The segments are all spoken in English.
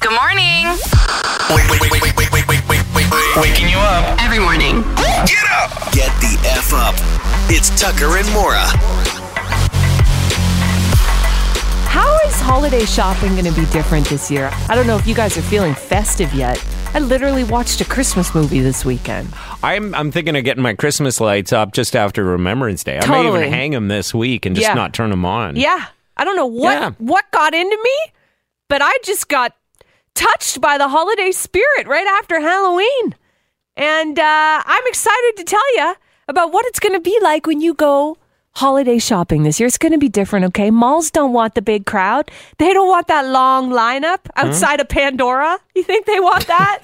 Good morning. Wait, wait, wait, wait, wait, wait, wait, wait, wait, wait. Waking you up. Every morning. Get up. Get the F up. It's Tucker and Mora. How is holiday shopping going to be different this year? I don't know if you guys are feeling festive yet. I literally watched a Christmas movie this weekend. I'm I'm thinking of getting my Christmas lights up just after Remembrance Day. I may Totally. even hang them this week and just Yeah. not turn them on. Yeah. I don't know what Yeah. what got into me, but I just got touched by the holiday spirit right after Halloween. And uh, I'm excited to tell you about what it's going to be like when you go holiday shopping this year. It's going to be different, okay? Malls don't want the big crowd. They don't want that long lineup outside of Pandora. You think they want that?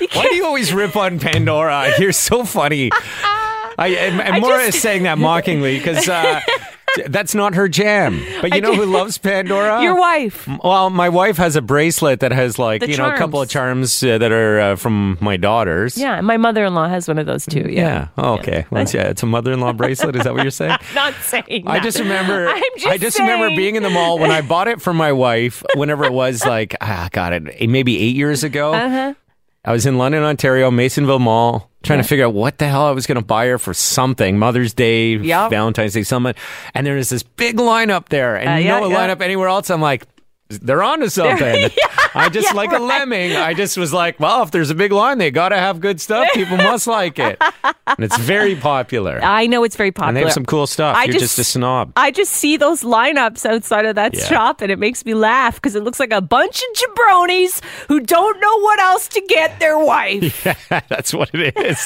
You Why do you always rip on Pandora? You're so funny. I, and, and I Maura just- is saying that mockingly because uh, that's not her jam. But you know who loves Pandora? Your wife. Well, my wife has a bracelet that has like The you know a couple of charms uh, that are uh, from my daughters. Yeah, my mother in law has one of those too. Yeah. Yeah. Oh, okay. Well, it's- yeah, it's a mother-in-law bracelet. Is that what you're saying? Not saying. I that. just remember. I'm just I just remember saying. being in the mall when I bought it for my wife. Whenever it was, like ah, got it, maybe eight years ago. Uh-huh. I was in London, Ontario, Masonville Mall, trying to figure out what the hell I was going to buy her for something, Mother's Day, Yep. Valentine's Day, something. And there was this big lineup there, and Uh, yeah, no yeah. lineup anywhere else. I'm like. They're on to something. I just yeah, like right. a lemming. I just was like, well, if there's a big line, they got to have good stuff. People must like it. And it's very popular. I know it's very popular. and they have some cool stuff. I You're just- just a snob. I just see those lineups outside of that Yeah. shop, and it makes me laugh because it looks like a bunch of jabronis who don't know what else to get their wife. That's what it is.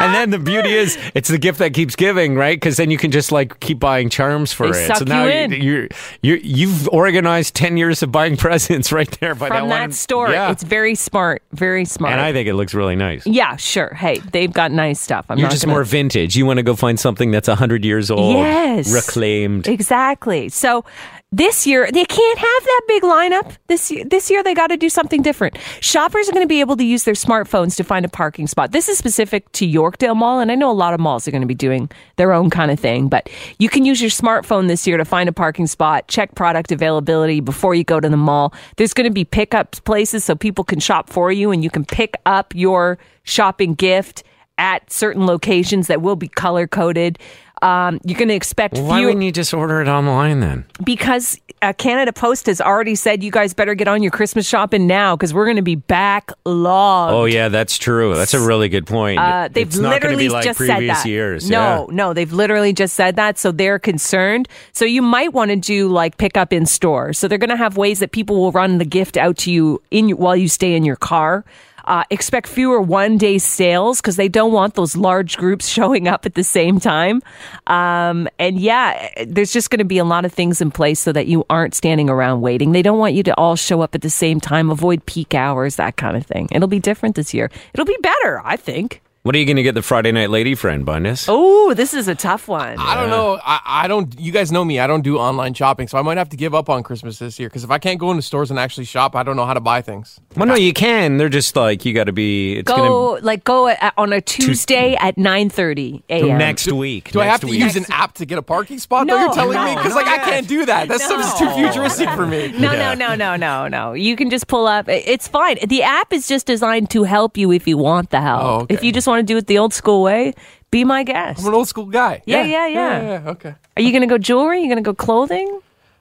and then the beauty is, it's the gift that keeps giving, right? Because then you can just like keep buying charms for They it. suck so now you in. You're, you're you've organized ten years of buying presents right there by From that, that one. store, Yeah. it's very smart, very smart. and I think it looks really nice. yeah, sure. Hey, they've got nice stuff. I'm You're not just gonna- more vintage. You want to go find something that's hundred years old, Yes. reclaimed. Exactly. So this year they can't have that big lineup. This year, this year they got to do something different. Shoppers are going to be able to use their smartphones to find a parking spot. This is specific to Yorkdale Mall, and I know a lot of malls are going to be doing their own kind of thing. But you can use your smartphone this year to find a parking spot, check product availability before you go to the mall. There's going to be pickup places so people can shop for you, and you can pick up your shopping gift at certain locations that will be color coded. Um, you're going to expect Why fewer wouldn't you just order it online then? because uh, Canada Post has already said you guys better get on your Christmas shopping now because we're going to be backlogged. Oh yeah, that's true. That's a really good point. Uh, they've it's not going to literally be like just previous said that. years. No, no, they've literally just said that, so they're concerned. So you might want to do like pick up in store. So they're going to have ways that people will run the gift out to you in while you stay in your car. Uh, expect fewer one day sales because they don't want those large groups showing up at the same time. Um, and yeah, there's just going to be a lot of things in place so that you aren't standing around waiting. They don't want you to all show up at the same time, avoid peak hours, that kind of thing. It'll be different this year. It'll be better, I think. What are you going to get the Friday night lady friend, Bundes? Oh, this is a tough one. I don't know. I, I don't. You guys know me. I don't do online shopping, so I might have to give up on Christmas this year. Because if I can't go into stores and actually shop, I don't know how to buy things. Well, no, you can. They're just like you got to be. It's Go like go at, on a Tuesday at nine thirty gonna a.m. next week. Do I next have to week. use an app to get a parking spot? though No, you're telling me no, because like I can't do that. That stuff's too futuristic for me. No, no, no, no, no, no. You can just pull up. I- It's fine. The app is just designed to help you if you want the help. Oh, okay. If you just want to do it the old school way, be my guest. I'm an old school guy. Yeah, yeah, yeah. Okay. Are you going to go jewelry? Are you going to go clothing?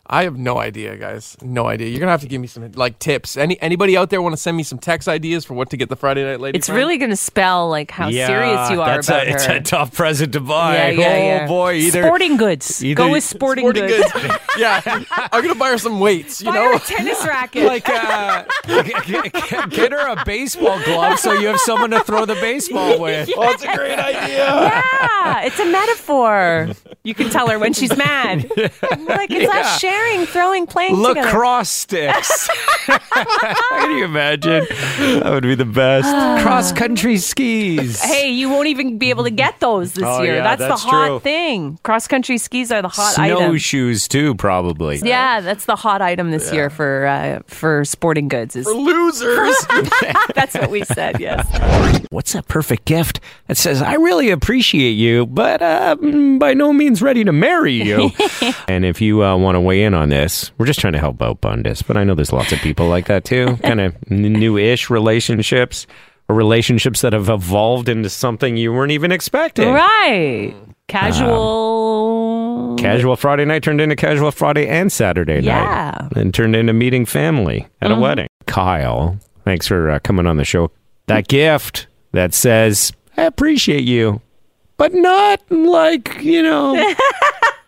I have no idea, guys. No idea. You're gonna have to give me some like tips. Any anybody out there want to send me some text ideas for what to get the Friday night lady? It's friend? really going to spell like how Yeah, serious you are that's about a, It's her. a tough present to buy. yeah, yeah, oh yeah. boy, either sporting goods. either- go with sporting, sporting goods. yeah, I'm gonna buy her some weights. You Buy know. her a tennis racket. like uh, g- g- g- get her a baseball glove so you have someone to throw the baseball with. Oh, it's a great idea. Yeah, it's a metaphor. You can tell her when she's mad. Like it's us sharing, throwing, playing together. Lacrosse sticks. Can you imagine? That would be the best. Cross country skis. Hey, you won't even be able to get those this Oh, year. yeah, that's, that's the hot true. thing. Cross country skis are the hot item. Snowshoes too, probably. Yeah, that's the hot item this year for uh, for sporting goods. Is Losers. that's what we said? Yes. What's that perfect gift that says, I really appreciate you, but uh, mm, by no means ready to marry you? and if you uh, want to weigh in on this, we're just trying to help out Bundes, but I know there's lots of people like that too, kind of n- new ish relationships or relationships that have evolved into something you weren't even expecting. Right. Casual. Casual Friday night turned into casual Friday and Saturday Yeah. Mm-hmm. night. And turned into meeting family at a wedding. Kyle, thanks for uh, coming on the show. That gift that says, I appreciate you, but not like, you know,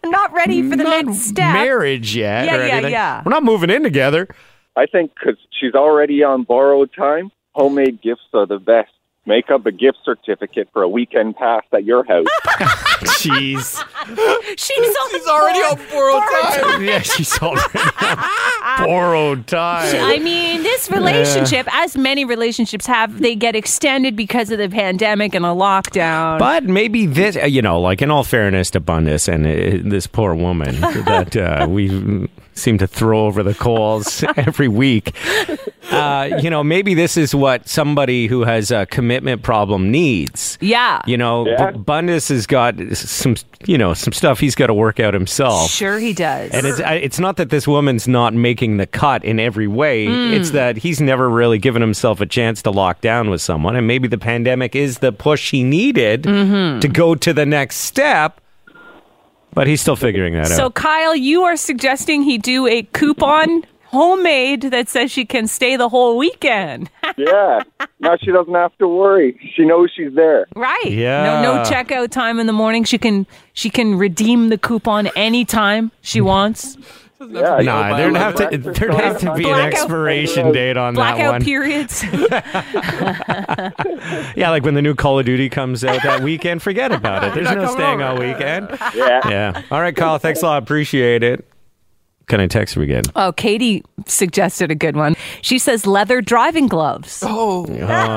Not ready for the not next step. marriage yet Yeah, or yeah, anything. yeah. We're not moving in together. I think because she's already on borrowed time. Homemade gifts are the best. Make up a gift certificate for a weekend pass at your house. Jeez. She's on He's already on borrowed time. yeah, she's already on borrowed time. I mean, this relationship, as many relationships have, they get extended because of the pandemic and the lockdown. But maybe this, uh, you know, like in all fairness to Bundes and uh, this poor woman that uh, we seem to throw over the coals every week, uh, you know, maybe this is what somebody who has a commitment problem needs. yeah. You know, Yeah. B- Bundes has got some, you know, some stuff he's got to work out himself. Sure, he does. And it's I- it's not that this woman's not making the cut in every way. Mm. It's that he's never really given himself a chance to lock down with someone, and maybe the pandemic is the push he needed Mm-hmm. to go to the next step. But he's still figuring that so, out. Kyle, you are suggesting he do a coupon homemade that says she can stay the whole weekend. yeah. Now she doesn't have to worry. She knows she's there. right. Yeah. No no checkout time in the morning. She can she can redeem the coupon anytime she wants. Yeah. Nah, there'd have to there'd have to be an Blackout- expiration date on that Blackout one. periods. Yeah, like when the new Call of Duty comes out that weekend, forget about it. There's no staying all weekend. Yeah. Yeah. All right, Kyle. Thanks a lot. Appreciate it. Can I text we get? oh, Katie suggested a good one. She says leather driving gloves. Oh,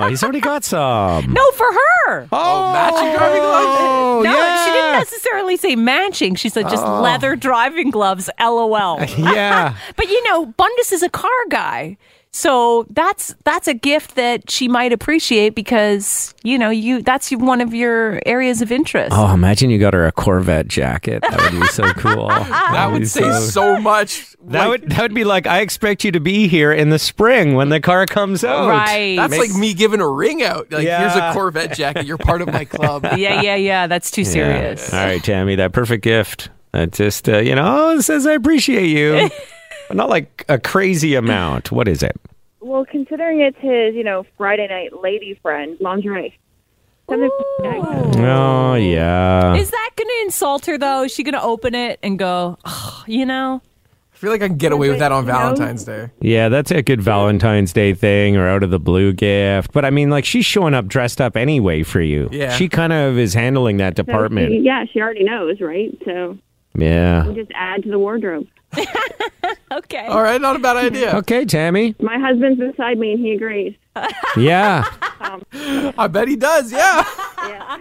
he's already got some. No, for her. Oh, matching driving gloves. No, she didn't necessarily say matching. She said Oh. just leather driving gloves, LOL. yeah. but you know, Bundes is a car guy. So that's that's a gift that she might appreciate because, you know, you that's one of your areas of interest. Oh, imagine you got her a Corvette jacket. That would be so cool. That would say so much. That would that would be like I expect you to be here in the spring when the car comes out. right. That's like me giving a ring out. Like, here's Yeah. a Corvette jacket. You're part of my club. yeah, yeah, yeah. That's too Yeah. serious. All right, Tammy, that perfect gift. That just uh, you know it says I appreciate you, but not like a crazy amount. What is it? Well, considering it's his, you know, Friday night lady friend, lingerie. Something like that. Oh yeah. Is that going to insult her though? Is she going to open it and go, "Ugh, you know? I feel like I can get away with that on You know? Valentine's Day. Yeah, that's a good Valentine's Day thing or out of the blue gift. But I mean, like, she's showing up dressed up anyway for you. Yeah. She kind of is handling that So she- department. yeah, she already knows, right? So Yeah. just add to the wardrobe. Okay. All right, not a bad idea. Okay, Tammy. My husband's beside me, and he agrees. Yeah. I bet he does. Yeah.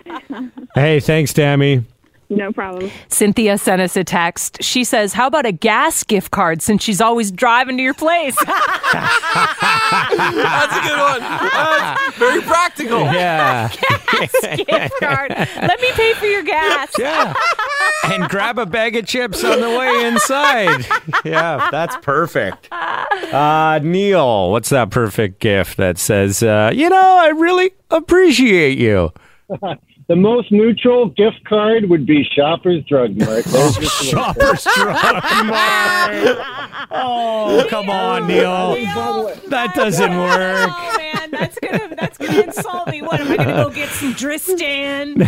hey, thanks, Tammy. No problem. Cynthia sent us a text. She says, How about a gas gift card since she's always driving to your place? That's a good one. That's very practical. Yeah. gift card. Let me pay for your gas. Yeah. and grab a bag of chips on the way inside. yeah, that's perfect. Uh, Neil, what's that perfect gift that says, uh, you know, I really appreciate you? The most neutral gift card would be Shoppers Drug Mart. There's your solution. Shoppers Drug Mart. Oh, come on, Neil. That doesn't work. Oh man, that's gonna that's gonna insult me. What am I gonna go get some Dristan?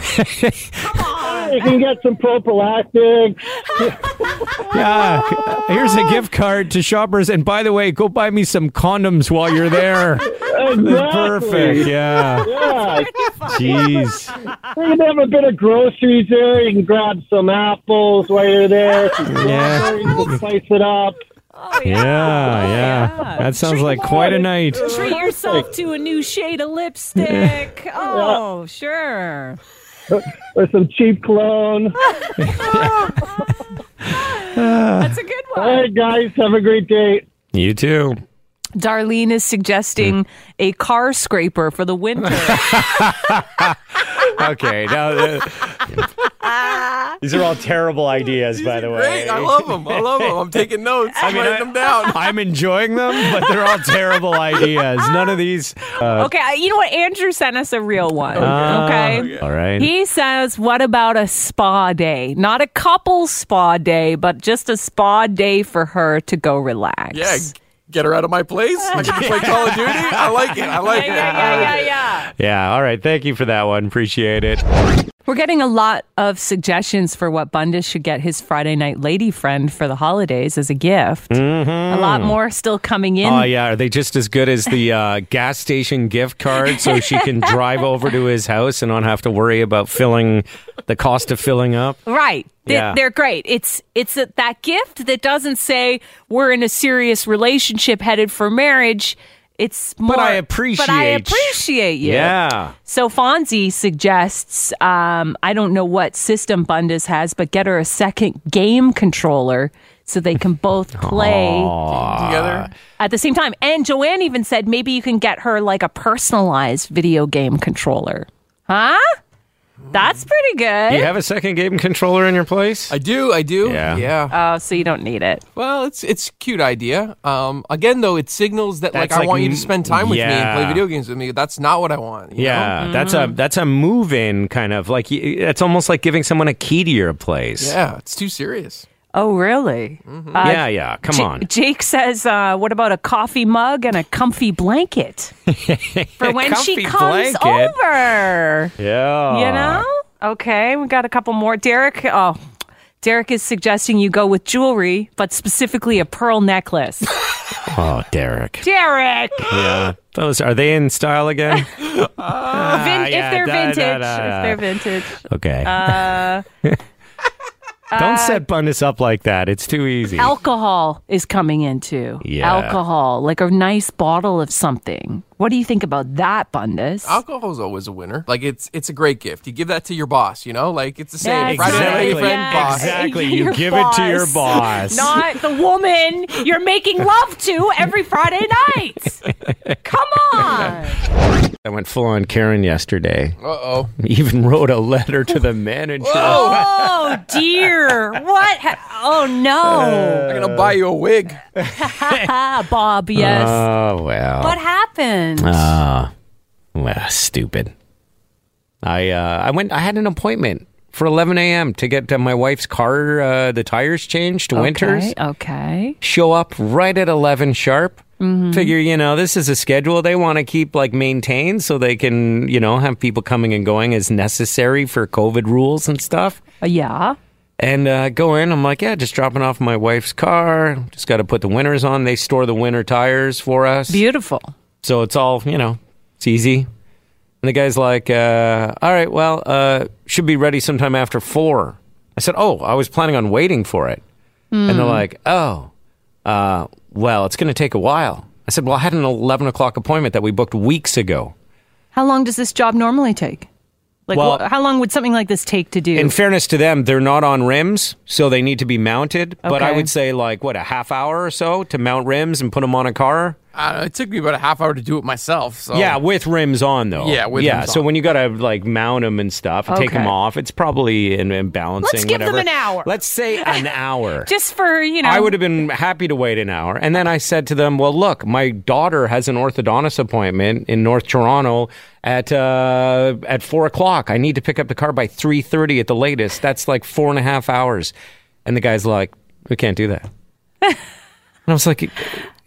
you can get some prophylactics. Yeah. Here's a gift card to Shoppers. And by the way, go buy me some condoms while you're there. Exactly. Perfect. Yeah. Yeah, Jeez. you can have a bit of groceries there. You can grab some apples while you're there. Some Yeah. strawberries to spice it up. yeah, yeah. That sounds like quite a night. Treat yourself to a new shade of lipstick. Oh, sure. or some cheap cologne. That's a good All one. right, guys, have a great day. You too. Darlene is suggesting Hmm. a car scraper for the winter. Okay, now uh, these are all terrible ideas, by the way. Great. I love them. I love them. I'm taking notes. I'm mean, writing I- them down. I'm enjoying them, but they're all terrible ideas. None of these. Uh, oh, okay, I- you know what? Andrew sent us a real one. Okay. All right. He says, What about a spa day? Not a couple spa day, but just a spa day for her to go relax. Yeah. Get her out of my place. I can play Call of Duty. I like it. I like Yeah, yeah, yeah, yeah, yeah. yeah. All right. Thank you for that one. Appreciate it. We're getting a lot of suggestions for what Bundes should get his Friday night lady friend for the holidays as a gift. A lot more still coming in. Mm-hmm. Oh yeah, are they just as good as the uh, gas station gift card? So she can drive over to his house and not have to worry about filling the cost of filling up. Right. They- Yeah. They're great. It's it's a, that gift that doesn't say we're in a serious relationship headed for marriage. It's more. I But I appreciate- appreciate you. Yeah. So Fonzie suggests, um, I don't know what system Bundes has, but get her a second game controller so they can both play Together. at the same time. And Joanne even said maybe you can get her like a personalized video game controller. Huh? That's pretty Do good. you have a second game controller in your place? I do. I do. Yeah. Yeah. Oh, so you don't need it. Well, it's it's a cute idea. Um, again, though, it signals that like, That's I like want you to m- spend time with me and yeah. play video games with me. That's not what I want. you know? yeah, that's Mm. a that's a move in kind of like y- it's almost like giving someone a key to your place. yeah, it's too serious. Oh, really? Uh, yeah, yeah, Come Ja- on. Jake says, uh, what about a coffee mug and a comfy blanket for when she Comfy comes blanket. over? Yeah. You know? Okay, we got a couple more. Derek, oh, Derek is suggesting you go with jewelry, but specifically a pearl necklace. Oh, Derek. Derek! Yeah. Those are they in style again? Vin- Ah, yeah, if they're da, da, vintage. da, da. If they're vintage. Uh, Okay. Don't set Bundes up like that. It's too easy. Alcohol is coming in too. Yeah. Alcohol, like a nice bottle of something. What do you think about that, Bundes? Alcohol's always a winner. Like it's it's a great gift. You give that to your boss. You know, like it's the same. Yeah, Friday night, exactly. friend, Yeah, boss. Exactly. You give it to your boss. Not the woman you're making love to every Friday night. Come on. I went full on Karen yesterday. Uh oh. Even wrote a letter to the manager. Oh, dear. What? ha- oh, Uh, no. I'm gonna buy you a wig. Ah, Bob, yes. Oh well. what happened? uh, Well, stupid. I uh, I went. I had an appointment for 11 a.m. to get uh, my wife's car uh, the tires changed to winters. Okay, okay. Show up right at 11 sharp. Figure you know this is a schedule they want to keep like maintained so they can you know have people coming and going as necessary for COVID rules and stuff. Uh, yeah. And uh, go in. I'm like, yeah, just dropping off my wife's car. Just got to put the winters on. They store the winter tires for us. Beautiful. So it's all, you know, it's easy. And the guy's like, uh, all right, well, uh, should be ready sometime after four. I said, oh, I was planning on waiting for it. And they're like, oh, uh, well, it's going to take a while. I said, well, I had an 11 o'clock appointment that we booked weeks ago. How long does this job normally take? Like, Well- wh- how long would something like this take to do? In fairness to them, they're not on rims, so they need to be mounted. But I Okay. would say, like, what, a half hour or so to mount rims and put them on a car? I don't know, it took me about a half hour to do it myself. So Yeah, with rims on though. Oh. Yeah, with yeah. rims so on. when you gotta like mount them and stuff, take Okay. them off, it's probably in, in balancing. Let's give them whatever. an hour. Let's say an hour. Just for, you know. I would have been happy to wait an hour, and then I said to them, "Well, look, my daughter has an orthodontist appointment in North Toronto at uh, at four o'clock. I need to pick up the car by three thirty at the latest. That's like four and a half hours." And the guy's like, "We can't do that." and I was like,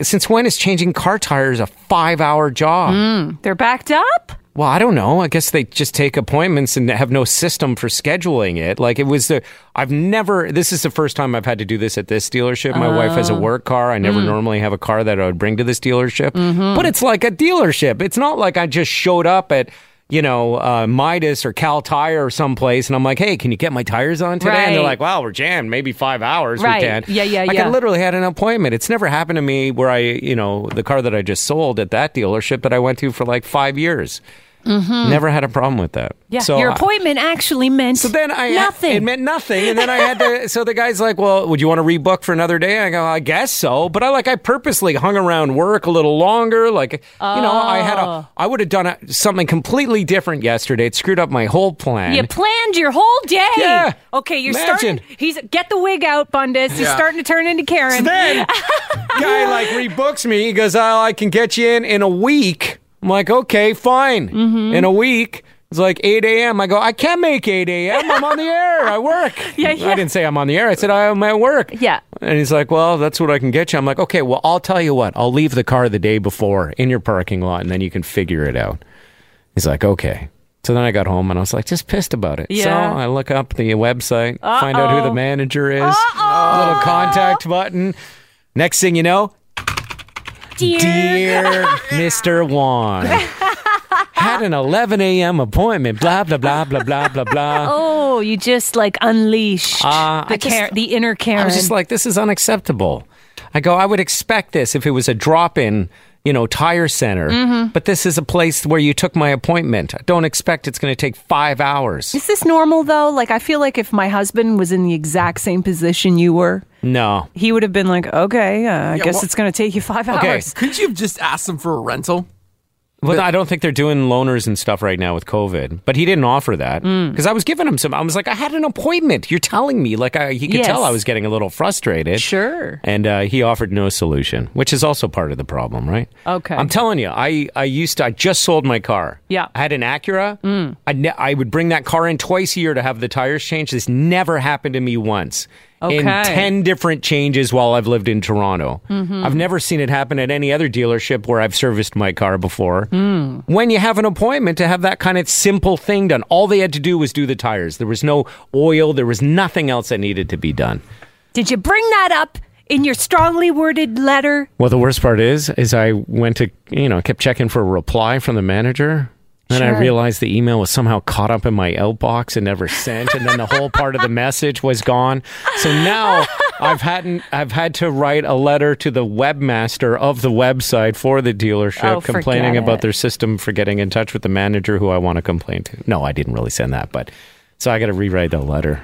"Since when is changing car tires a five hour job?" They're backed up? Well, I don't know. I guess they just take appointments and have no system for scheduling it. Like it was the I've never this is the first time I've had to do this at this dealership. My wife has a Oh. work car. I Mm. never normally have a Mm-hmm. car that I would bring to this dealership. But it's like a dealership. It's not like I just showed up at you know, uh, Midas or Cal Tire or someplace, and I'm like, hey, can you get my tires on today? And they're Right. like, wow, we're jammed, maybe five hours. Right. We can. Yeah, yeah, like, yeah. I literally had an appointment. It's never happened to me where I, you know, the car that I just sold at that dealership that I went to for like five years. Never had a problem with that. Hmm. Yeah, So your I- appointment actually meant so then I nothing. It meant nothing, and then I had to. so the guy's like, "Well, would you want to rebook for another day?" I go, "I guess so," but I like I purposely hung around work a little longer. Like you know, I had Oh. a I would have done a, something completely different yesterday. It screwed up my whole plan. you planned your whole day. Yeah. Okay, you're Imagine. starting. He's get the wig out, Bundes. He's Yeah. starting to turn into Karen. Then guy like rebooks me. He goes, "Oh, I can get you in in a week." I'm like, "Okay, fine." Mm-hmm. In a week. It's like 8 a.m. I go, I can't make 8 a.m. I'm on the air. I work. Yeah, yeah. I didn't say I'm on the air. I said I'm at work. Yeah. And he's like, Well, that's what I can get you. I'm like, Okay, well, I'll tell you what. I'll leave the car the day before in your parking lot and then you can figure it out. He's like, Okay. So then I got home and I was like, just pissed about it. So Yeah. I look up the website, find out who the manager is, little contact button. Next thing you know, Dear. dear Mr. Juan. Had an 11 a.m. appointment, blah, blah, blah, blah, blah, blah, blah. Oh, you just like unleashed Uh, the, I just- Karen- the inner Karen. I was just like, this is unacceptable. I go, I would expect this if it was a drop in, you know, tire center. Mm-hmm. But this is a place where you took my appointment. I don't expect it's going to take five hours. Is this normal though? Like, I feel like if my husband was in the exact same position you were, No. he would have been like, "Okay, uh, I guess well- it's going to take you five Okay. hours." Couldn't you have just asked them for a rental? Well, I don't think they're doing loaners and stuff right now with COVID. But he didn't offer that Mm. because I was giving him some. I was like, I had an appointment. You're telling me, like, I, he could Yes. tell I was getting a little frustrated. Sure. And uh, he offered no solution, which is also part of the problem, right? Okay. I'm telling you, I, I used to, I just sold my car. Yeah. Mm. I had an Acura. I, ne- I would bring that car in twice a year to have the tires changed. This never happened to me once. In Okay. Mm-hmm. 10 different changes while I've lived in Toronto. I've never seen it happen at any other dealership where I've serviced my car before. Mm. When you have an appointment to have that kind of simple thing done, all they had to do was do the tires. There was no oil, there was nothing else that needed to be done. Did you bring that up in your strongly worded letter? Well, the worst part is, is I went to, you know, kept checking for a reply from the manager. Then I Sure. realized the email was somehow caught up in my outbox and never sent, and then the whole part of the message was gone. So now I've had I've had to write a letter to the webmaster of the website for the dealership, Oh, forget complaining about it. their system for getting in touch with the manager who I want to complain to. No, I didn't really send that, but so I got to rewrite the letter.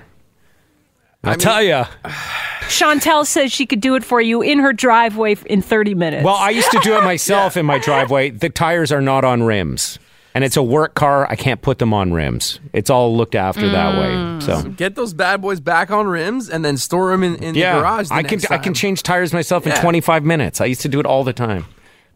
I will tell you. Chantel says she could do it for you in her driveway in 30 minutes. Well, I used to do it myself in my driveway. The tires are not on rims. And it's a work car. I can't put them on rims. It's all looked after that Mm. way. So Get those bad boys back on rims and then store them in, in yeah, the garage. The I can next I can time. change tires myself in Yeah. 25 minutes. I used to do it all the time.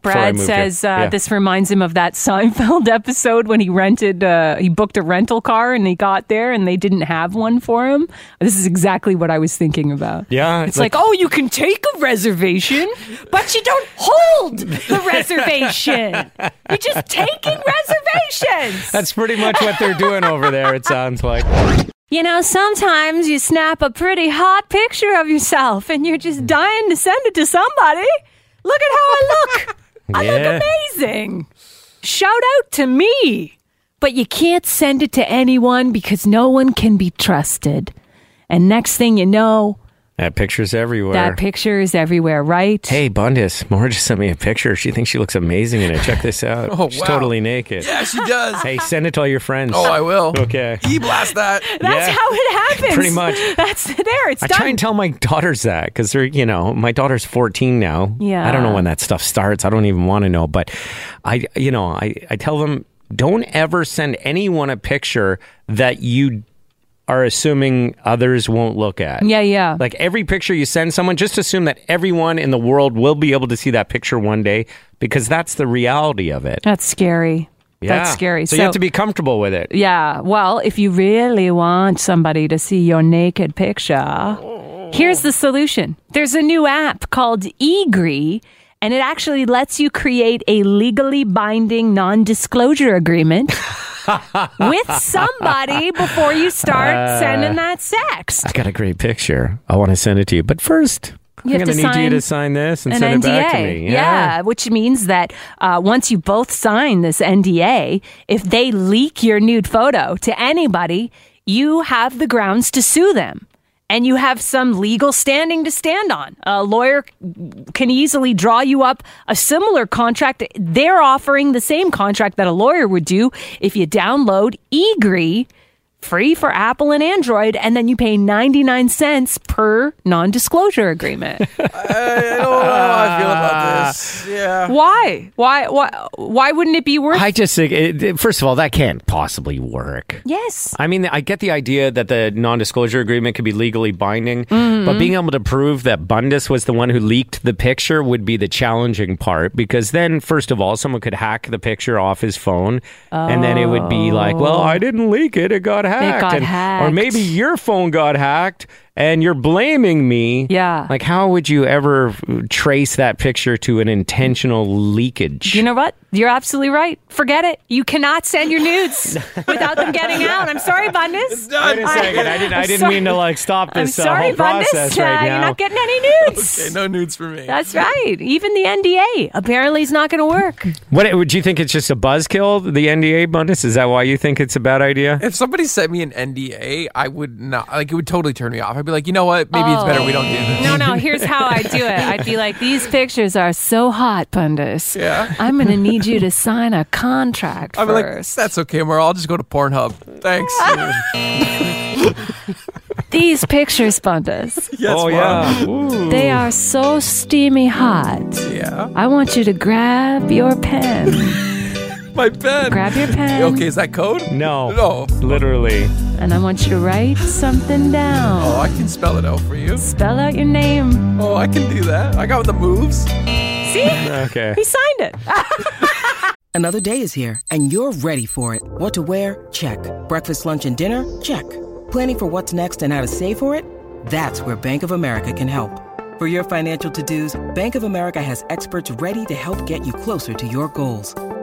before I Brad moved here. says uh, Yeah. this reminds him of that Seinfeld episode when he rented, uh, he booked a rental car and he got there and they didn't have one for him. This is exactly what I was thinking about. Yeah, It's like, oh, you can take a reservation, but you don't hold the reservation. You're just taking reservations. that's pretty much what they're doing over there. It sounds like. You know, sometimes you snap a pretty hot picture of yourself and you're just dying to send it to somebody. Look at how I look. I Yeah. look amazing. Shout out to me. But you can't send it to anyone because no one can be trusted. And next thing you know, That picture's everywhere. that picture is everywhere, right? hey, Bundus, Maura just sent me a picture. She thinks she looks amazing in it. Check this out. Oh, She's wow. totally naked. Yeah, she does. Hey, send it to all your friends. Oh, I will. Okay. E blast that. That's Yeah. how it happens. Pretty much. That's there. It's I done. try and tell my daughters that because they're, you know, my daughter's 14 now. Yeah. I don't know when that stuff starts. I don't even want to know. But I, you know, I, I tell them don't ever send anyone a picture that you are assuming others won't look at. yeah, yeah. Like every picture you send someone, just assume that everyone in the world will be able to see that picture one day because that's the reality of it. That's scary. Yeah. That's scary. so you have to be comfortable with it. Yeah, well, if you really want somebody to see your naked picture, here's the solution. There's a new app called eGree, and it actually lets you create a legally binding non disclosure agreement with somebody before you start sending that sex. I got a great picture. I want to send it to you. But first, You I'm have going to to need sign you to sign this and an send NDA. it back to me. Yeah. which means that uh, once you both sign this NDA, if they leak your nude photo to anybody, you have the grounds to sue them. And you have some legal standing to stand on. A lawyer can easily draw you up a similar contract. They're offering the same contract that a lawyer would do if you download eGree free for Apple and Android, and then you pay 99 cents per non disclosure agreement. I don't know how Oh, I feel Ah. about this. Yeah. Why? Why? Why? Why wouldn't it be worth? I just think, it, it- first of all, that can't possibly work. yes. I mean, I get the idea that the non disclosure agreement could be legally binding, Mm-hmm. but being able to prove that Bundes was the one who leaked the picture would be the challenging part because then, first of all, someone could hack the picture off his phone and then it would be like, well, I didn't leak it, it got Oh. hacked. got and- Or hacked. maybe your phone got hacked and you're blaming me. Yeah. Like, how would you ever trace that picture to an intentional leakage? You know what? You're absolutely right. Forget it. You cannot send your nudes without them getting out. I'm sorry, Bundes. Wait a second. I didn't, I I'm didn't sorry. mean to like stop I'm this uh, sorry, whole process Bundes. right uh, now. you're not getting any nudes. Okay, no nudes for me. That's right. Even the NDA apparently is not going to work. What would you think? It's just a buzzkill? The NDA bonus? Is that why you think it's a bad idea? If somebody sent me an NDA, I would not like it would totally turn me off. I'd be like, you know what? Maybe it's better we don't do this. Oh. No, no. Here's how I do it. I'd be like, these pictures are so hot, Bundes. Yeah. I'm going to need you to sign a contract I'd be like, first. that's okay, Mara. I'll just go to Pornhub. Thanks. these pictures, Bundes. yes, oh Mara. yeah. They are so steamy hot. Yeah. I want you to grab your pen. My pen. grab your pen. Okay, is that code? No. No. Literally. And I want you to write something down. Oh, I can spell it out for you. Spell out your name. Oh, I can do that. I got the moves. See? Okay. He signed it. Ah. Another day is here, and you're ready for it. What to wear? Check. Breakfast, lunch, and dinner? Check. Planning for what's next and how to save for it? That's where Bank of America can help. For your financial to-dos, Bank of America has experts ready to help get you closer to your goals.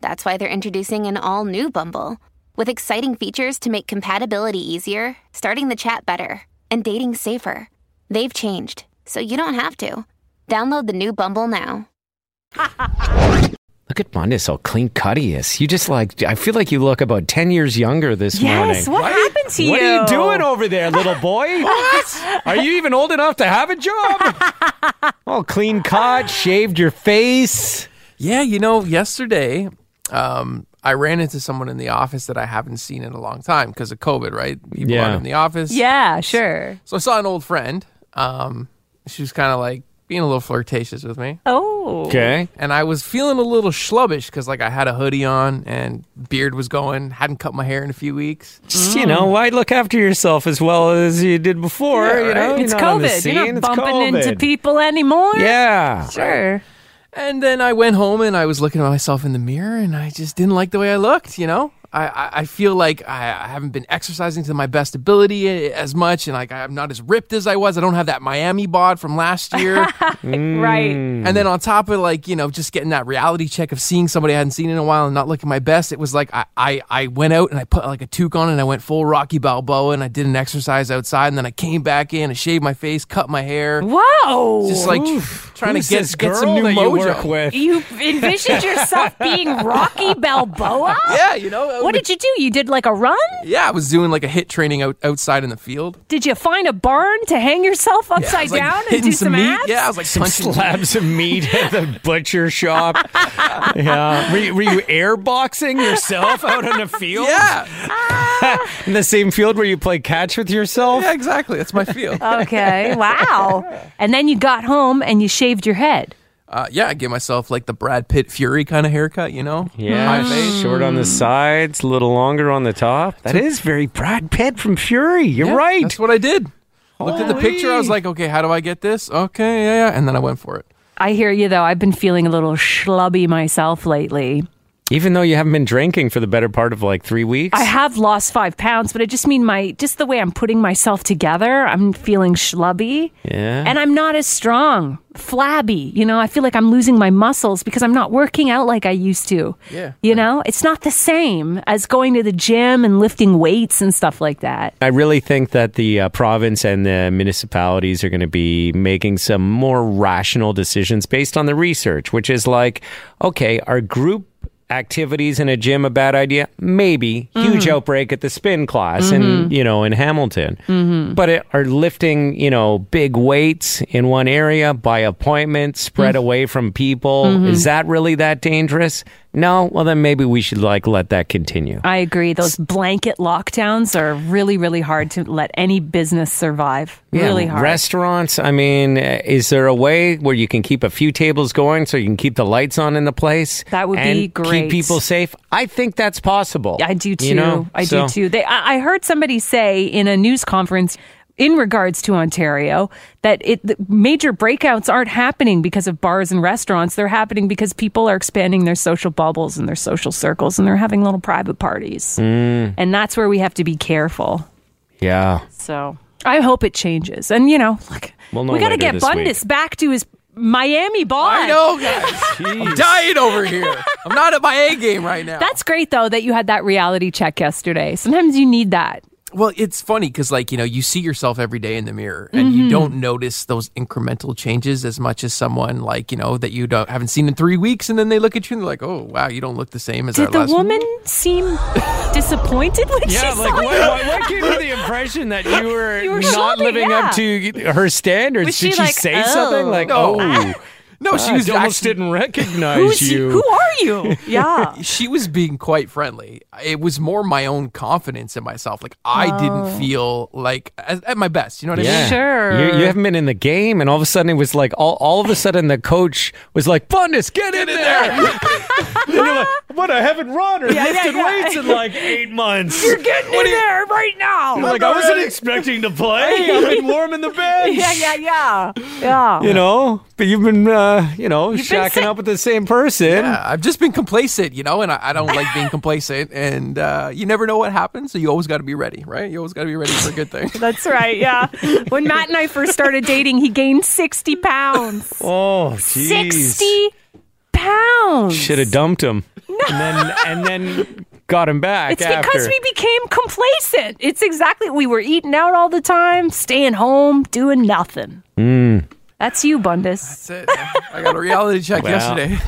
that's why they're introducing an all new Bumble with exciting features to make compatibility easier, starting the chat better, and dating safer. They've changed, so you don't have to. Download the new Bumble now. Look at Bundes, how clean cut he is. You just like, I feel like you look about 10 years younger this yes. morning. What happened to you? What are you doing over there, little boy? What? Are you even old enough to have a job? Oh, clean cut, shaved your face. Yeah, you know, yesterday um, I ran into someone in the office that I haven't seen in a long time because of COVID, right? People Yeah. aren't in the office. Yeah, sure. So I saw an old friend. Um, she was kind of like being a little flirtatious with me. Oh. Okay. And I was feeling a little schlubbish because, like, I had a hoodie on and beard was going. Hadn't cut my hair in a few weeks. Just, you know, why look after yourself as well as you did before? Yeah, you right. know, Oh, You're It's not on the COVID. You're scene. not It's bumping into COVID. people anymore. Yeah. Sure. And then I went home and I was looking at myself in the mirror and I just didn't like the way I looked, you know? I, I, I feel like I, I haven't been exercising to my best ability a- as much and like I'm not as ripped as I was. I don't have that Miami bod from last year. Mm. Right. and then on top of like, you know, just getting that reality check of seeing somebody I hadn't seen in a while and not looking my best, it was like I, I, I went out and I put like a toque on and I went full Rocky Balboa and I did an exercise outside and then I came back in, I shaved my face, cut my hair. Whoa. Just like tr- trying to get, get some new mojo. with. you envisioned yourself being Rocky Balboa? Yeah, you know. What did you do? You did like a run? Yeah, I was doing like a hit training out, outside in the field. Did you find a barn to hang yourself I upside was, like, down and hitting do some, meat. abs? Yeah, I was like punching slabs of meat at the butcher shop. yeah. Were you, were you air boxing yourself out on a field? Yeah, In the same field where you play catch with yourself? yeah, exactly. That's my field. Okay, wow. And then you got home and you shaved your head. Uh, yeah, I gave myself like the Brad Pitt Fury kind of haircut, you know? High face. Short on the sides, a little longer on the top. That is very Brad Pitt from Fury. You're Yeah, right. That's what I did. Looked at the picture. I was like, okay, how do I get this? Okay, yeah, yeah. And then I went for it. I hear you though. I've been feeling a little schlubby myself lately. Even though you haven't been drinking for the better part of like three weeks, I have lost five pounds, but I just mean my just the way I'm putting myself together. I'm feeling schlubby, Yeah. and I'm not as strong, flabby. You know, I feel like I'm losing my muscles because I'm not working out like I used to. Yeah. you know, it's not the same as going to the gym and lifting weights and stuff like that. I really think that the uh, province and the municipalities are going to be making some more rational decisions based on the research, which is like, okay, are group activities in a gym a bad idea? Maybe. Huge outbreak at the spin class in, you know, in Hamilton. But it, are lifting, you know, big weights in one area by appointment, spread away from people, is that really that dangerous? No, well then maybe we should like let that continue. I agree. Those blanket lockdowns are really, really hard to let any business survive. Yeah, really hard. Restaurants, I mean, uh, is there a way where you can keep a few tables going so you can keep the lights on in the place? That would be and great. Keep people safe. I think that's possible. I do too. You know? I So- do too. They, I I heard somebody say in a news conference in regards to Ontario that it the major breakouts aren't happening because of bars and restaurants. They're happening because people are expanding their social bubbles and their social circles, and they're having little private parties. Mm. And that's where we have to be careful. Yeah. So I hope it changes. And you know, look, We'll know we gotta later get this week. Bundes back to his Miami bond. I know, guys. I'm dying over here. I'm not at my A game right now. That's great though that you had that reality check yesterday. Sometimes you need that. Well, it's funny because, like, you know, you see yourself every day in the mirror and Mm-hmm. you don't notice those incremental changes as much as someone, like, you know, that you don't, haven't seen in three weeks. And then they look at you and they're like, oh, wow, you don't look the same as our Did the last woman seem disappointed when Yeah, she like saw what, you? what, what gave you the impression that you were, You were not shopping, living up to her standards? Was Did she she, like, say "Oh, something like, No. "Oh, No, she I was almost actually, didn't recognize Who's you"? Who are you? Yeah. she was being quite friendly. It was more my own confidence in myself. Like, I Oh. didn't feel like at, at my best. You know what I mean? Yeah. Sure. You, you haven't been in the game, and all of a sudden it was like all, all of a sudden the coach was like, Bundes, get, in, there. And you're like, what? I haven't run or yeah, lifted yeah. weights in like eight months. Get in there right now. You're like, I wasn't expecting to play. I've been warm in the bench. yeah, yeah, yeah. Yeah. You know, but you've been, uh, you know, been shacking sick. up with the same person. Yeah, I've just been complacent, you know, and I, I don't like being complacent. And uh, you never know what happens, so you always got to be ready, right? You always got to be ready for a good thing. That's right. Yeah. When Matt and I first started dating, he gained 60 pounds. Oh, jeez. 60 pounds. Should have dumped him. And then, and then got him back It's after. because we became complacent. It's exactly we were eating out all the time, staying home, doing nothing. Hmm. That's you, Bundes. That's it. I got a reality check yesterday.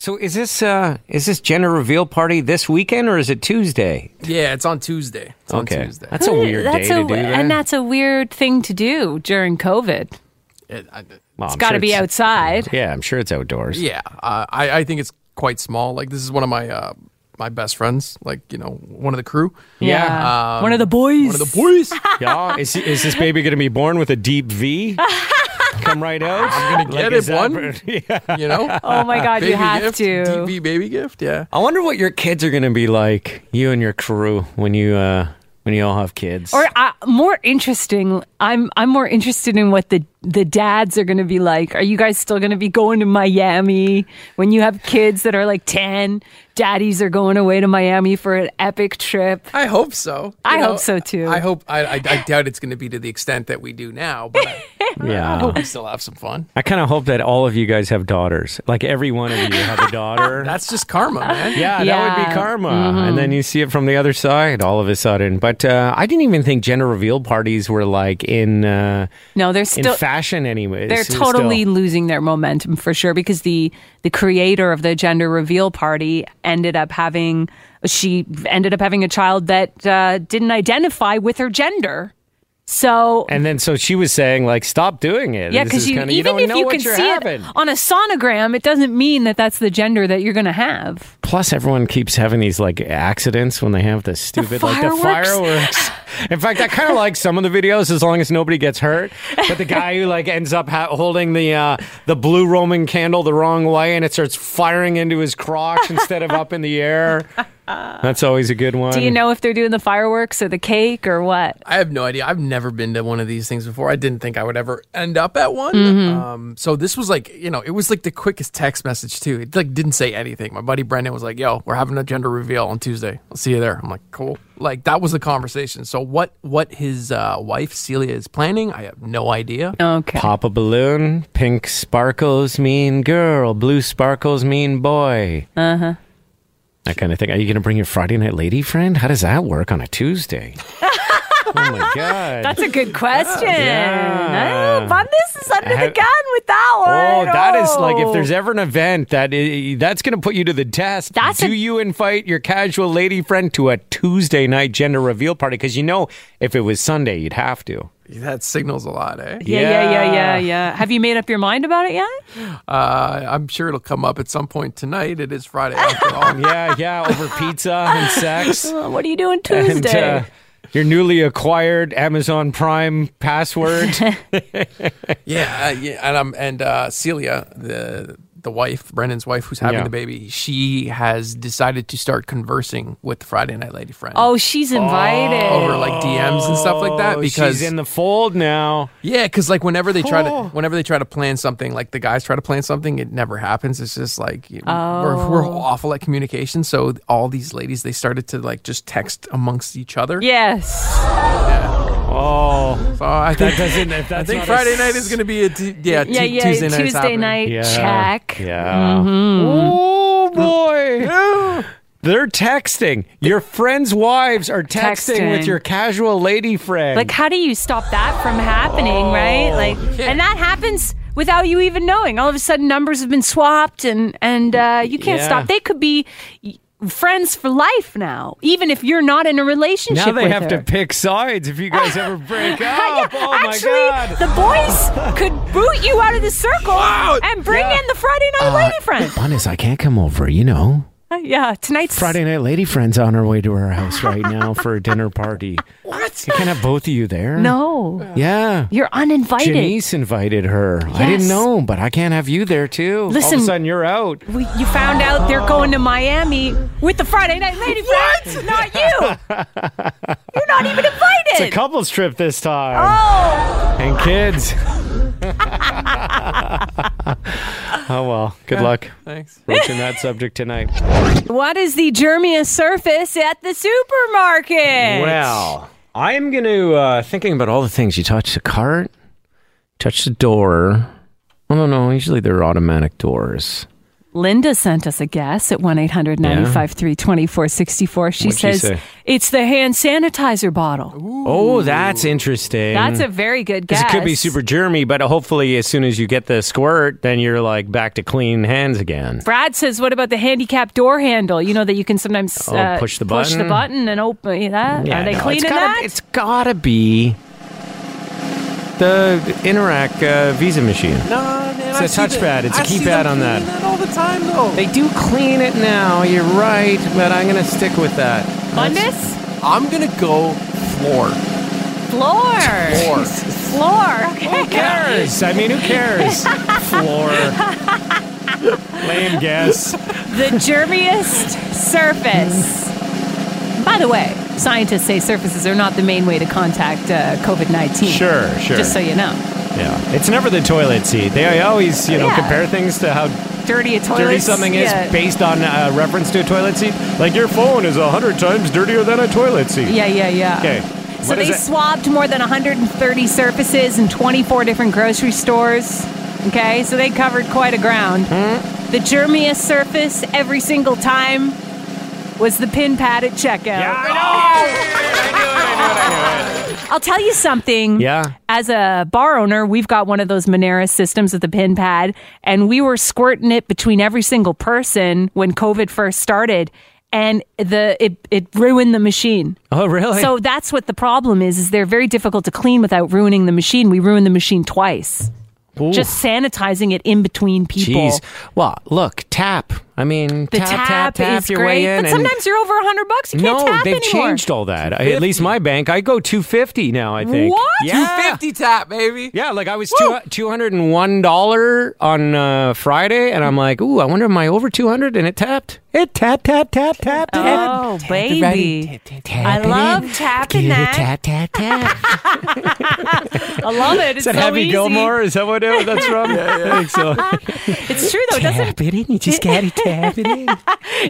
so is this uh, is this gender reveal party this weekend or is it Tuesday? Yeah, it's on Tuesday. It's on Tuesday. That's a weird That's day a, to do that. and that's a weird thing to do during COVID. It- I- Well, I'm Got to sure be it's- outside. Yeah, I'm sure it's outdoors. yeah, uh, I, I think it's quite small. Like this is one of my uh, my best friends, like you know, one of the crew, Yeah. Um, one of the boys. one of the boys. Yeah. Is, is this baby going to be born with a deep V? Come right out. I'm going get it, one. Yeah. you know, oh my God, baby you have gift, to. DV baby gift. Yeah, I wonder what your kids are going to be like, you and your crew, when you uh, when you all have kids. Or uh, more interesting, I'm I'm more interested in what the the dads are going to be like. Are you guys still going to be going to Miami when you have kids that are like ten? Daddies are going away to Miami for an epic trip. I hope so. I You hope so, too. I hope. I, I, I doubt it's going to be to the extent that we do now, but I, I yeah. hope we still have some fun. I kind of hope that all of you guys have daughters. Like every one of you have a daughter. That's just karma, man. Yeah, that would Yeah. Mm-hmm. be karma. And then you see it from the other side all of a sudden. But uh, I didn't even think gender reveal parties were like in uh, No, they're in still fashion anyways. they're still. totally losing their momentum for sure because the the creator of the gender reveal party ended up having she ended up having a child that uh, didn't identify with her gender. So And then so she was saying like, stop doing it. yeah, This because is you, kinda- even don't if know you what can you're see having. it on a sonogram, it doesn't mean that that's the gender that you're going to have. Plus, everyone keeps having these like accidents when they have this stupid like the fireworks. fireworks. In fact, I kind of like some of the videos as long as nobody gets hurt. But the guy who like ends up ha- holding the uh, the blue Roman candle the wrong way and it starts firing into his crotch instead of up in the air. That's always a good one. Do you know if they're doing the fireworks or the cake or what? I have no idea. I've never been to one of these things before. I didn't think I would ever end up at one. Um, so this was like, you know, it was like the quickest text message too. It like didn't say anything. My buddy Brendan was like, "Yo, we're having a gender reveal on Tuesday. I'll see you there." I'm like, "Cool." Like that was the conversation. So what what his uh, wife Celia is planning, I have no idea. Okay. Pop a balloon. Pink sparkles mean girl. Blue sparkles mean boy. Uh huh. Uh-huh. That kind of thing. Are you going to bring your Friday night lady friend? How does that work on a Tuesday? oh my god. That's a good question. Yeah. Oh, Bob, this is under the Have- gun with that Oh, one. that is like if Oh. there's ever an event that i- that's going to put you to the test. That's Do a- you invite your casual lady friend to a Tuesday night gender reveal party? Because you know, if it was Sunday, you'd have to. That signals a lot, eh? Yeah, yeah, yeah, yeah, Yeah. yeah. Have you made up your mind about it yet? Uh, I'm sure it'll come up at some point tonight. It is Friday after all. Yeah, yeah, over pizza and sex. Uh, What are you doing And Tuesday? uh, your newly acquired Amazon Prime password. Yeah, uh, yeah, and um, and uh, Celia, the the wife, Brendan's wife, who's having Yeah. the baby, she has decided to start conversing with Friday Night Lady friend. oh, she's invited. over like DMs and stuff like that Oh, because she's in the fold now. yeah, because like whenever they try Cool. to whenever they try to plan something, like the guys try to plan something, it never happens. It's just like you- we're, Oh. we're awful at communication. So all these ladies, they started to like just text amongst each other. Yes. Oh, So I think that doesn't. If I that's think not a Friday night is going to be a t- yeah, Yeah, Tu- yeah. Tuesday night. is happening. night Yeah. check. Yeah. Oh boy. They're texting. Your friends' wives are texting, Texting. with your casual lady friend. Like, how do you stop that from happening, right? Like, and that happens without you even knowing. All of a sudden, numbers have been swapped, and and uh, you can't Yeah. stop. They could be y- friends for life now, even if you're not in a relationship. now they with have her. to pick sides if you guys ever break up. Yeah, oh actually, my god. the boys could boot you out of the circle Wow. and bring Yeah. in the Friday Uh, night lady friend. Fun is I can't come over, you know. Uh, yeah, tonight's Friday night lady friend's on her way to her house right now for a dinner party. What? You can't have both of you there. No, Yeah. you're uninvited. Janice invited her. I Yes. didn't know, but I can't have you there too. All Listen- of a sudden you're out. We, you found out they're going to Miami with the Friday night lady friend. Not you. You're not even It's a invited. couples trip this time. oh, and kids. oh well, good luck Thanks. broaching that subject tonight. what is the germiest surface at the supermarket? Well, I'm gonna uh, thinking about all the things you touch the cart, touch the door. Oh no, no, usually they're automatic doors. Linda sent us a guess at 1 800 953 2464. She What'd she says say? it's the hand sanitizer bottle. Oh, that's interesting. That's a very good guess. Because it could be super germy, but uh, hopefully, as soon as you get the squirt, then you're like back to clean hands again. Brad says, "What about the handicap door handle? You know that you can sometimes Oh, uh, push the push the button? button and open you know, that. Are they no, cleaning it's that? gotta, It's gotta be the Interac uh, Visa machine. No, man, It's a I see the- touchpad. It's a I see keypad them on that. doing all the time, though. They do clean it now, you're right, but I'm gonna stick with that. On this I'm gonna go floor. floor, Floor. floor. Okay. cares? I mean, who cares? Floor. Lame guess. the germiest surface. By the way, scientists say surfaces are not the main way to contact uh, COVID nineteen. Sure, sure. Just so you know, Yeah. It's never the toilet seat. They always, you know, Yeah. compare things to how dirty a toilet. dirty something yeah. is based on uh, reference to a toilet seat. Like your phone is a hundred times dirtier than a toilet seat. Yeah, yeah, yeah. Okay. So What is they it? swabbed more than 130 surfaces in 24 different grocery stores. Okay, so they covered quite a ground. Hmm? The germiest surface every single time was the pin pad at checkout. I'll tell you something. Yeah. As a bar owner, we've got one of those Monera systems with the pin pad, and we were squirting it between every single person when COVID first started, and the it, it ruined the machine. Oh, really? So that's what the problem is: is they're very difficult to clean without ruining the machine. We ruined the machine twice, Ooh. just sanitizing it in between people. Jeez. Well, look, tap. I mean, The tap, tap, tap, tap is your great, way in. but and- sometimes you're over a hundred bucks. You can't no, tap they've anymore. changed all that. I- At least my bank, I go 250 now, I think. What? Yeah. 250 tap, baby. Yeah, like I was two, $201 on uh, Friday, and I'm like, ooh, I wonder am I over 200? And it tapped. It tapped, tap, tap, tap, tap. Oh, baby. I love tapping that. Tap, tap, tap. I love it. It's Is that so Happy easy. Gilmore? Is that what it, that's from? yeah, I think so. It's true though. It Oh, doesn't it in. You just gotta tap it in.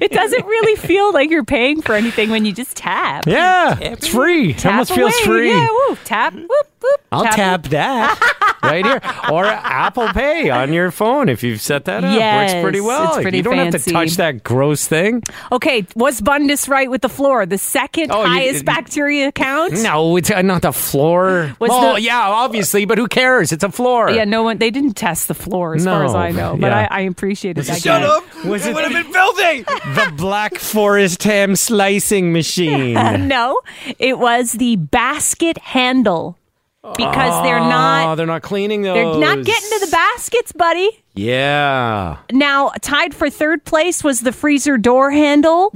it doesn't really feel like you're paying for anything when you just tap. Yeah, it's free. it Tap almost feels away. free. Yeah, woo, tap, whoop, whoop. I'll tap that right here. Or Apple Pay on your phone if you've set that up. Works pretty Yes, well. it's pretty you don't have to fancy. touch that gross thing. Okay, was Bundus right with the floor? The second Oh, you- highest bacteria count? No, it's uh, not the floor. Was well, the- yeah, obviously, but who cares? It's a floor. Yeah, no one. They didn't test the floor, as far as No, I know. But yeah. I, I appreciated that. Shut comment. up. Was it, would have been filthy. the Black Forest ham slicing machine. No, it was the basket handle because they're oh, not. they're not cleaning Oh, those. They're not getting to the baskets, buddy. Yeah. Now, tied for third place was the freezer door handle.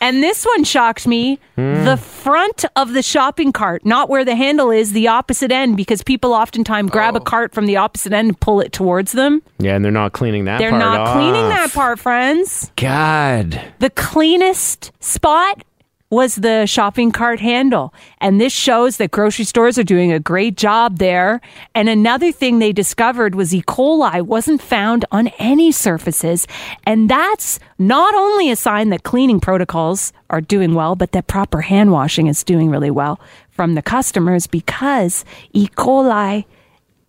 And this one shocked me. Hmm. The front of the shopping cart, not where the handle is, the opposite end, because people oftentimes Oh. grab a cart from the opposite end and pull it towards them. Yeah, and they're not cleaning that They're part not cleaning off. that part, friends. God. The cleanest spot was the shopping cart handle. And this shows that grocery stores are doing a great job there. And another thing they discovered was E. coli wasn't found on any surfaces. And that's not only a sign that cleaning protocols are doing well, but that proper hand washing is doing really well from the customers because E. coli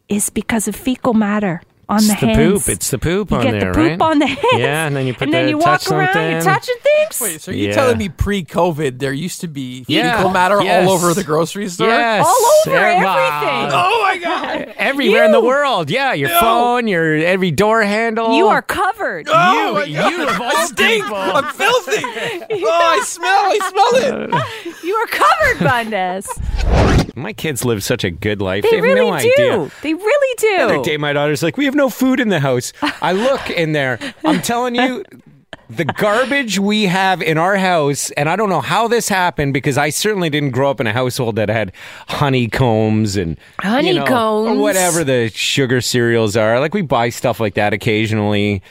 is because of fecal matter. On It's the, the hands. poop. It's the poop You on get there, the poop right? on the hands. Yeah, and then you put and then the- you touch walk around. You're something. touching things. Wait, so you're Yeah. telling me pre-COVID there used to be Yeah. fecal matter Yes. all over the grocery store? Yes. all over There- everything. Wow. Oh my god! Everywhere in the You. world. Yeah, your phone, your every door handle. You are covered. Oh my you, God. you of I all stink. people. I'm filthy. Oh, I smell. I smell it. You are covered, Bundes. My kids live such a good life. They have really no do. idea. They really The other do. day, my daughter's like, "We have no food in the house." I look in there. I'm telling you, the garbage we have in our house, and I don't know how this happened because I certainly didn't grow up in a household that had honeycombs and you know, Honeycombs. or whatever the sugar cereals are. Like we buy stuff like that occasionally.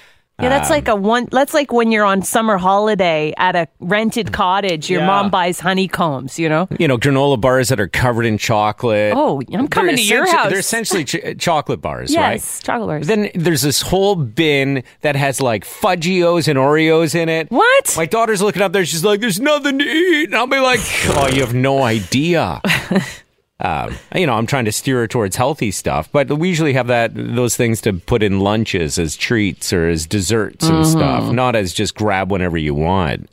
Yeah, that's Um, like a one. That's like when you're on summer holiday at a rented cottage. Your Yeah. mom buys honeycombs. You know. you know, granola bars that are covered in chocolate. Oh, I'm coming to They're your essentia- house. They're essentially ch- chocolate bars, yes, right? chocolate bars. Then there's this whole bin that has like fudgios and Oreos in it. What? My daughter's looking up there. She's like, "There's nothing to eat," and I'll be like, "Oh, you have no idea." Um, you know, I'm trying to steer her towards healthy stuff, but we usually have that those things to put in lunches as treats or as desserts Mm-hmm. and stuff, not as just grab whenever you want.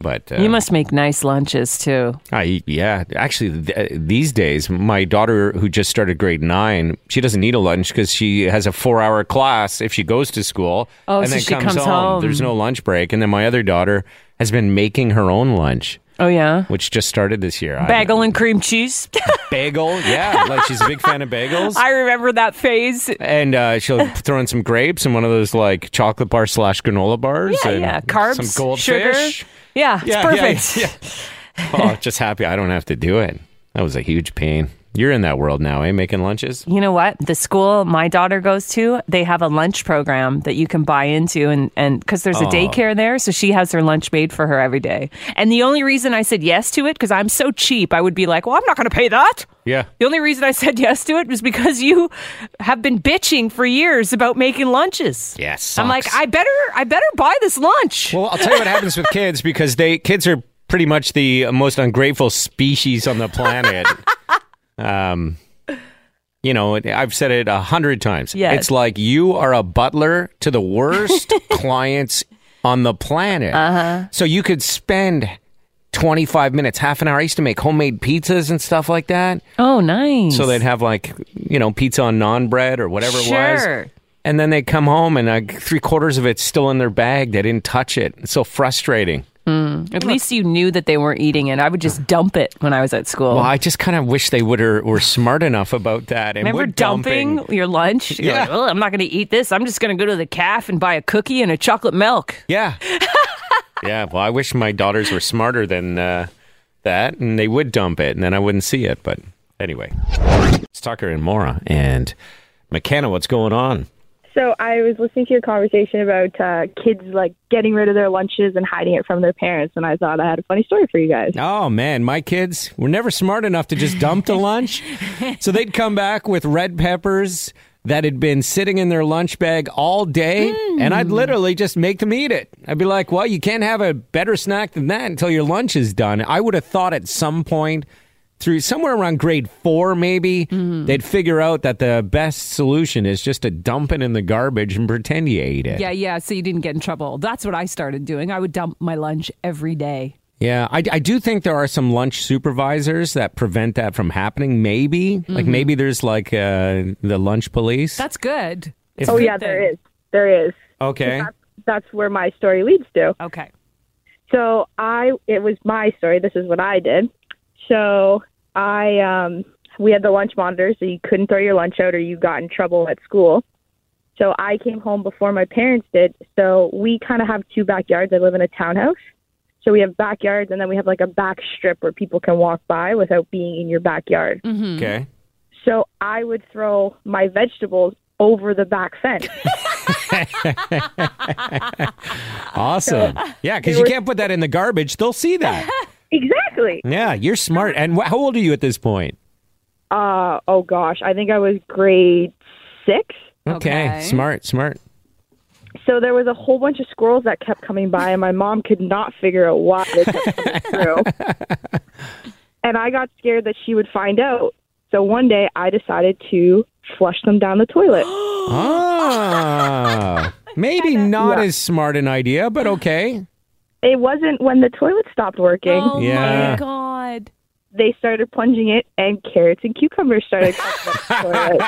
But uh, you must make nice lunches too. I Ah, yeah, actually th- uh, these days my daughter who just started grade 9, she doesn't need a lunch cuz she has a 4-hour class if she goes to school Oh, and so then she comes home. There's no lunch break and then my other daughter has been making her own lunch Oh yeah, which just started this year. I- bagel and cream cheese. bagel. Yeah, like she's a big fan of bagels. I remember that phase. and uh, she'll throw in some grapes and one of those like chocolate bar slash granola bars. Yeah, and yeah, carbs, some sugar. goldfish. Yeah, it's Yeah, yeah, perfect. yeah. oh, just happy I don't have to do it. That was a huge pain. You're in that world now, eh? Making lunches. You know what? The school my daughter goes to, they have a lunch program that you can buy into, and and because there's a Oh. daycare there, so she has her lunch made for her every day. And the only reason I said yes to it because I'm so cheap, I would be like, well, I'm not going to pay that. Yeah. The only reason I said yes to it was because you have been bitching for years about making lunches. Yeah, I'm like, sucks. I better, I better buy this lunch. Well, I'll tell you what happens with kids because they kids are pretty much the most ungrateful species on the planet. um, you know, I've said it a hundred times. Yes. It's like you are a butler to the worst clients on the planet. Uh-huh. So you could spend 25 minutes, half an hour. I used to make homemade pizzas and stuff like that. oh, nice. So they'd have like, you know, pizza on non bread or whatever it was. Sure. And then they come home and like three quarters of it's still in their bag. They didn't touch it. It's so frustrating. At least you knew that they weren't eating it. I would just dump it when I was at school. Well, I just kind of wish they would are, were smart enough about that. And Remember would dumping. dumping, your lunch? You're Yeah. like, "Ugh, I'm not going to eat this. I'm just going to go to the calf and buy a cookie and a chocolate milk. Yeah. yeah. Well, I wish my daughters were smarter than uh, that and they would dump it and then I wouldn't see it. But anyway, it's Tucker and Mora and McKenna. What's going on? So I was listening to your conversation about uh, kids like getting rid of their lunches and hiding it from their parents, and I thought I had a funny story for you guys. Oh, man. My kids were never smart enough to just dump the lunch. so they'd come back with red peppers that had been sitting in their lunch bag all day. And I'd literally just make them eat it. I'd be like, well, you can't have a better snack than that until your lunch is done. I would have thought at some point through somewhere around grade four, maybe, they'd figure out that the best solution is just to dump it in the garbage and pretend you ate it. Yeah, yeah. So you didn't get in trouble. That's what I started doing. I would dump my lunch every day. Yeah, I, I do think there are some lunch supervisors that prevent that from happening. Maybe, like maybe there's like uh, the lunch police. That's good. If- Oh yeah, there is, there is. okay. That's where my story leads to. Okay. So I, it was my story. This is what I did. So I, um, we had the lunch monitor, so you couldn't throw your lunch out or you got in trouble at school. So I came home before my parents did. So we kind of have two backyards. I live in a townhouse. So we have backyards and then we have like a back strip where people can walk by without being in your backyard. Okay. So I would throw my vegetables over the back fence. Awesome. Yeah, because you can't put that in the garbage. They'll see that. exactly. Yeah, you're smart. And wh- how old are you at this point? Uh, oh gosh, I think I was grade six. Okay. Okay. Smart. Smart. So there was a whole bunch of squirrels that kept coming by, and my mom could not figure out why they kept coming through. And I got scared that she would find out. So one day I decided to flush them down the toilet. Ah. Maybe not as smart an idea, but okay. it wasn't when the toilet stopped working. Oh Yeah. my god. They started plunging it, and carrots and cucumbers started coming out of the toilet.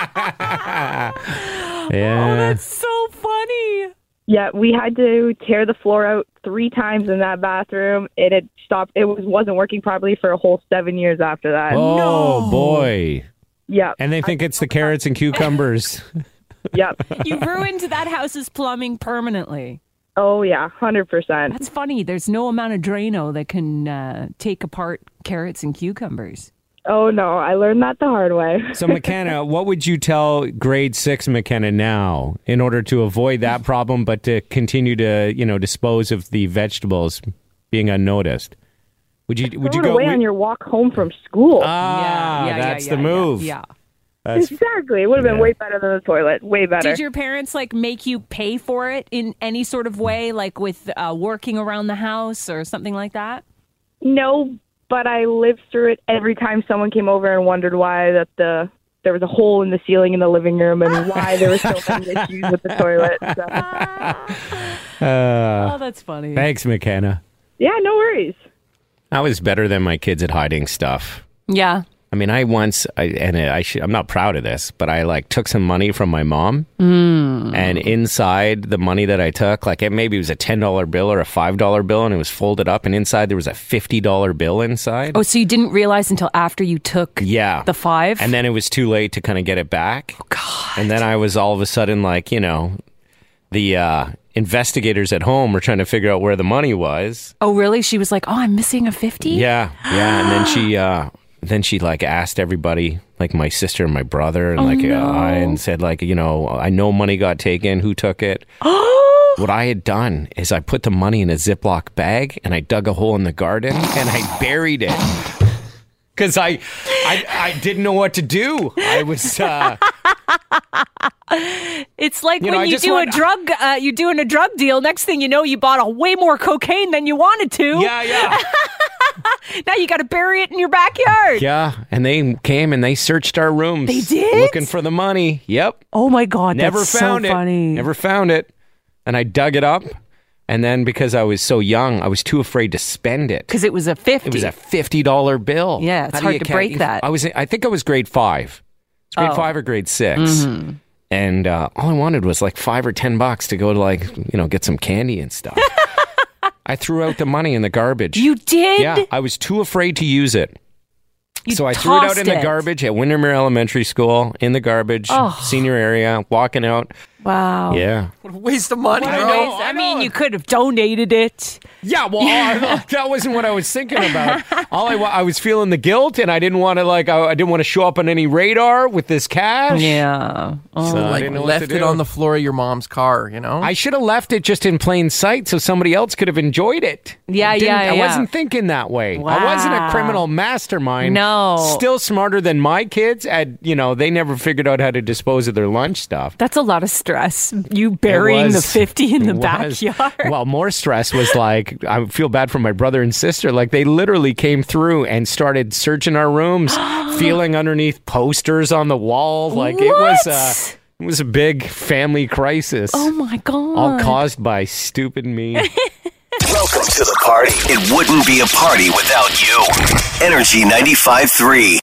Yeah. Oh, that's so funny. Yeah, we had to tear the floor out three times in that bathroom. It had stopped. It was, wasn't working properly for a whole seven years after that. oh boy. Yep, And they think it's the carrots and cucumbers. yep. You ruined that house's plumbing permanently. Oh yeah, hundred percent. That's funny. There's no amount of Drano that can uh, take apart carrots and cucumbers. Oh no, I learned that the hard way. So, McKenna, what would you tell grade six McKenna now in order to avoid that problem, but to continue to you know dispose of the vegetables being unnoticed? Would you would you Throw go? it away on your walk home from school? ah, that's the move. Yeah. That's- exactly. It would have been Yeah. way better than the toilet. Way better. Did your parents like make you pay for it in any sort of way, like with uh, working around the house or something like that? no, but I lived through it every time someone came over and wondered why that the there was a hole in the ceiling in the living room and why there were so many issues with the toilet. So, Uh, oh, that's funny. Thanks, McKenna. yeah, no worries. I was better than my kids at hiding stuff. yeah. I mean, I once, I, and I should, I'm not proud of this, but I like took some money from my mom, Hmm. and inside the money that I took, like it maybe it was a ten dollar bill or a five dollar bill, and it was folded up, and inside there was a fifty dollar bill inside. Oh, so you didn't realize until after you took Yeah. the five? Oh, And then it was too late to kind of get it back. God. And then I was all of a sudden like, you know, the uh, investigators at home were trying to figure out where the money was. oh, really? She was like, "Oh, I'm missing a 50? Yeah. Yeah. And then she, uh, then she like asked everybody, like my sister and my brother, and like uh, I, and said like, you know, I know money got taken. Who took it? what I had done is I put the money in a Ziploc bag and I dug a hole in the garden and I buried it. Cause I, I, I didn't know what to do. I was, uh, It's like You know, when I you just do want- a drug, uh, you're doing a drug deal. Next thing you know, you bought a way more cocaine than you wanted to. yeah, yeah, Now you got to bury it in your backyard. yeah. And they came and they searched our rooms. They did? looking for the money. Yep, Oh my god, never that's found so it. funny. Never found it. And I dug it up. And then because I was so young, I was too afraid to spend it. because it was a fifty. It was a fifty dollar bill. Yeah, it's How do hard you to count- break that. Oh. I was, I think I was grade five, It's grade five or grade 6 Mm-hmm. and uh, all I wanted was like five or ten bucks to go to like you know get some candy and stuff. I threw out the money in the garbage. You did? Yeah, I was too afraid to use it. You so I threw it out tossed in the it. garbage at Windermere Elementary School in the garbage, Oh. senior area, walking out. Wow. Yeah. What a waste of money. I, bro. know, I mean, you could have donated it. Yeah, well, I- that wasn't what I was thinking about. All I, wa- I was feeling the guilt, and I didn't want to like I, I didn't want to show up on any radar with this cash. Yeah. Oh. So I like didn't know what to left it do. on the floor of your mom's car, you know? I should have left it just in plain sight so somebody else could have enjoyed it. Yeah, I didn't- yeah, I yeah. wasn't thinking that way. I wasn't a Wow. criminal mastermind. No. Still smarter than my kids at, you know, they never figured out how to dispose of their lunch stuff. That's a lot of stress. You It burying the was- 50 in the it was- backyard. Well, more stress was like, I feel bad for my brother and sister. Like, they literally came through and started searching our rooms, feeling underneath posters on the wall. Like, it was uh, What? a, it was a big family crisis. Oh my God. all caused by stupid me. Welcome to the party. It wouldn't be a party without you. Energy 95.3.